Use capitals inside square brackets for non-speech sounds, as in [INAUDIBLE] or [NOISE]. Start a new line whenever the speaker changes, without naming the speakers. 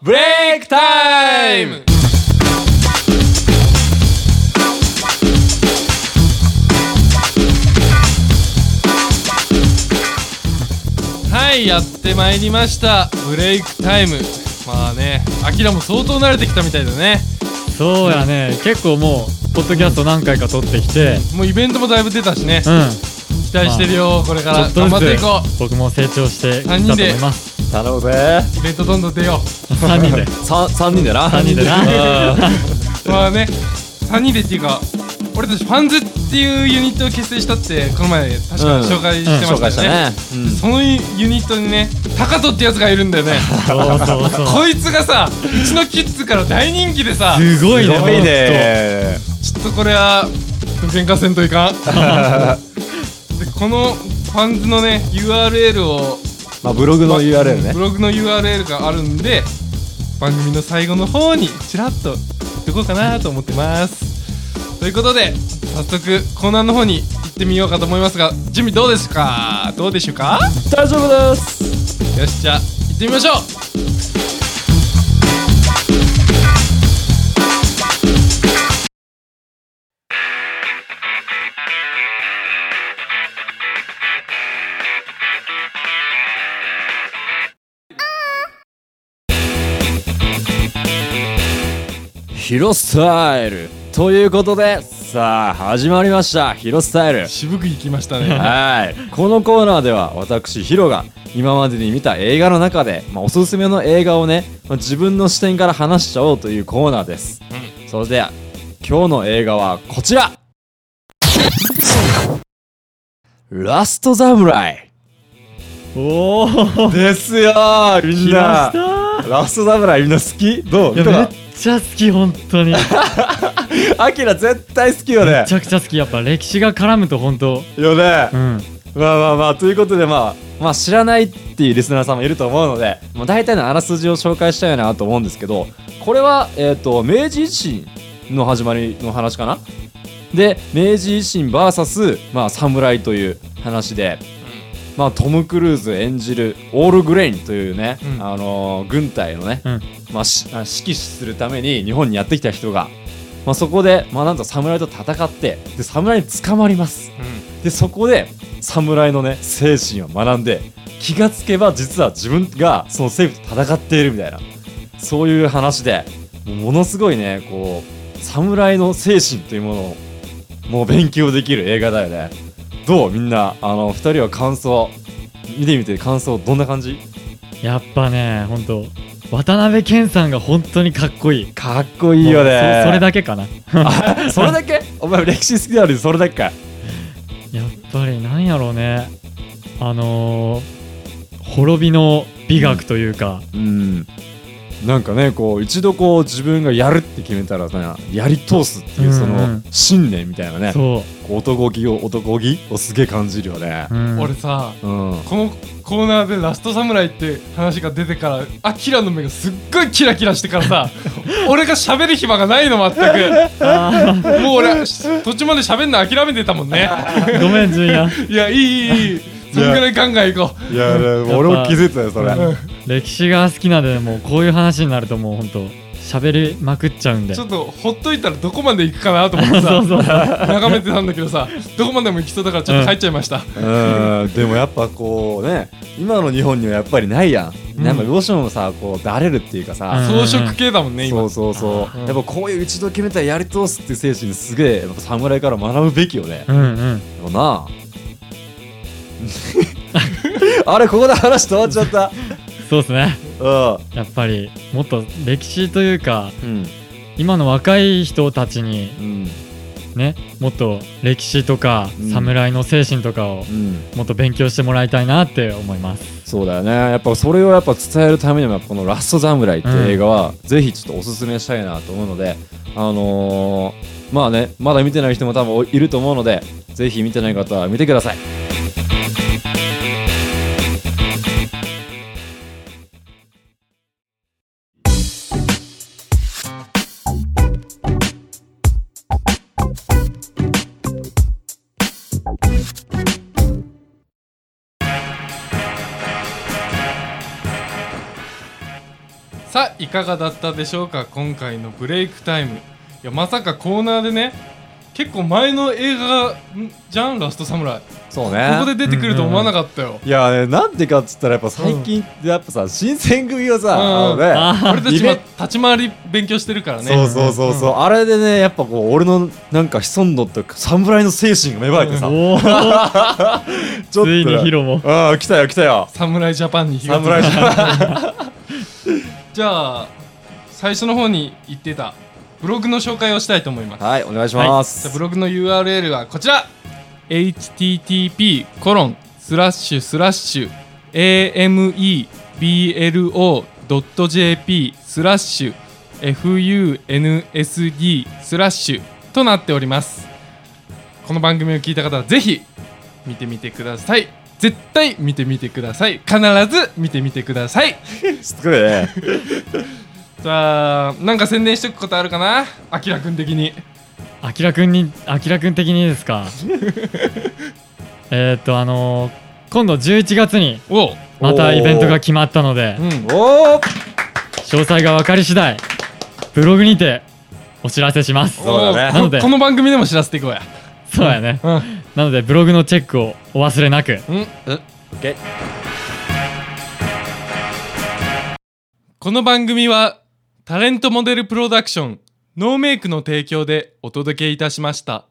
ブレイクタイムはいやってまいりましたブレイクタイムまあねアキラも相当慣れてきたみたいだね
そうやね、結構もう、ポッドキャスト何回か撮ってきて、
もうイベントもだいぶ出たしね
うん、
期待してるよ、これか
ちょ
ら
っ
頑張
と
って
ず
いこ
つ、僕も成長してきたと思います。
頼むぜ
うイベントどんどん出よ
3人で。
三三人でな
3人
[LAUGHS]
でな。
うまあね3人でっていうか俺たちファンズっていうユニットを結成したってこの前確か
うん
紹介してま
紹介
し
したた
よね、
ねうん
そのユニットにねタカトってやつがいるんだよね
そうそうそう。
こいつがさうちのキッズから大人気でさ
すごい
す
ね、
ごいね
ちょっとこれは喧嘩せんといかんでこのファンズのね URL を
まあブログの URL ね
ブログの URL があるんで番組の最後の方にちらっといこうかなと思ってますということで早速コーナーの方に行ってみようかと思いますが準備どうですかどうでしょうか
大丈夫です
よしじゃあ行ってみましょう
ヒロスタイルということでさあ始まりましたヒロスタイル
渋く行きまし
[LAUGHS]
たね
はいこのコーナーでは私ヒロが今までに見た映画の中で、まあ、おすすめの映画をね、まあ自分の視点から話しちゃおうというコーナーです、それでは今日の映画はこちらラスト侍
おー、
ですよーみん
来ま
な
したー
ラスト侍みんな好きどう
いや
見た
めっ
か
ちゃ好き、本当
[LAUGHS]
に。め
アキラ絶対好きよね
ちゃくちゃ好き。やっぱ歴史が絡むと本当。
よね
うん。
まあまあまあということでまあまあ知らないっていうリスナーさんもいると思うのでもう大体のあらすじを紹介したいなと思うんですけどこれはえっ、と明治維新の始まりの話かなで明治維新 VS まあ侍という話で、まあ、トム・クルーズ演じるオール・グレインというね、
うん
あのー軍隊のね、
うん
まあ、しあ指揮するために日本にやってきた人が、まあ、そこで、まあ、なんと侍と戦ってで侍に捕まりますでそこで侍のね精神を学んで気がつけば実は自分がその政府と戦っているみたいなそういう話でもうものすごいねこう侍の精神というものをもう勉強できる映画だよねどうみんなあの2人は感想見てみて感想どんな感じ
やっぱね、本当。渡辺謙さんが本当にかっこいい。
かっこいいよ
もう
ね
そそれだけかな。
け [LAUGHS] それだけお前歴史好きなのにそれだけか
やっぱりなんやろうねあのー、滅びの美学というか、
うんなんかねこう一度こう自分がやるって決めたらなやり通すっていうそ
うんう
の
ん
信念みたいなね、
そ
こう男気を男気をすげえ感じるよね
う、う、ん、
俺さ
うん
このコーナーでラストサムライって話が出てからアキラの目がすっごいキラキラしてから
[LAUGHS]
さ俺が喋る暇がないの全く
あ
もう俺途中まで喋んの諦めてたもんね
ーごめん純也
いやいいいいいいそんぐらい考えいこ
いや
ぱ俺も気
づいたよそれ
う、うん
歴史が好きなんでもうこういう話になるともうほんと喋りまくっちゃうんで
ちょ
そ
っ
う
とほっといたらどこまで行くかなと思ってさ
[LAUGHS] そうそう
眺めてたんだけどさどこまでも行きそうだからちょっと帰っちゃいました、
うんでもやっぱこうね今の日本にはやっぱりないやん、
うん
なんかどうしてもさこうだれるっていうか
うん
さ、
装飾系だもんね今
そうそうそう、
うん
やっぱこういう一度決めたらやり通すっていう精神すげえやっぱ侍から学ぶべきよね、
うんうん
よな [LAUGHS] あれここで話止まっちゃった
そうっすね
う
やっぱりもっと歴史というか
ん
今の若い人たちに
うん
ねもっと歴史とか、
うん
侍の精神とかを
うん
もっと勉強してもらいたいなって思います
そうだよねやっぱそれをやっぱ伝えるためにもやっぱこの「ラスト侍」っていう映画は、ぜひちょっとおすすめしたいなと思うのであのー、まあねまだ見てない人も多分いると思うのでぜひ見てない方は見てください
さあ1かがだったでしょうか今回のブレイクタイムいやまさかコーナーでね結構前の映画がんじゃんラストサムライこ
そうね
こで出てくると思わなかったよ、
いやねなんでかっつったらやっぱ最近ってやっぱさ新選組をさ、
うんうん
あのね
あ
俺たち
リベ
は立ち回り勉強してるからね
そうそうそうそう、あれでねやっぱこう俺のなんか潜んどった侍の精神が芽生えてさ、
おー
ちょっと
ついにヒロも
ああ来たよ来た
[LAUGHS]
よ
侍ジャパンに火がついた
侍じゃん
じゃあ最初の方に言ってたブログの紹介をしたいと思います
はいお願いします、
じゃあブログの URL はこちら http コロンスラッシュスラッシュ ameblo.jp スラッシュ funsd スラッシュとなっておりますこの番組を聞いた方はぜひ見てみてください絶対見てみてください必ず見てみてください
[LAUGHS] しつこいね
じゃあなんか宣伝しておくことあるかなあきらくん的に
あきらくんにあきらくん的にですかえーっとあのー今度11月に
おう
またイベントが決まったので
うん
おお
詳細が分かり次第ブログにてお知らせします
そうだね
こ
なので
この番組でも知らせていこうや
そうやね
うん
なのでブログのチェックをお忘れなく
うん
ケー
この番組はタレントモデルプロダクションノーメイクの提供でお届けいたしました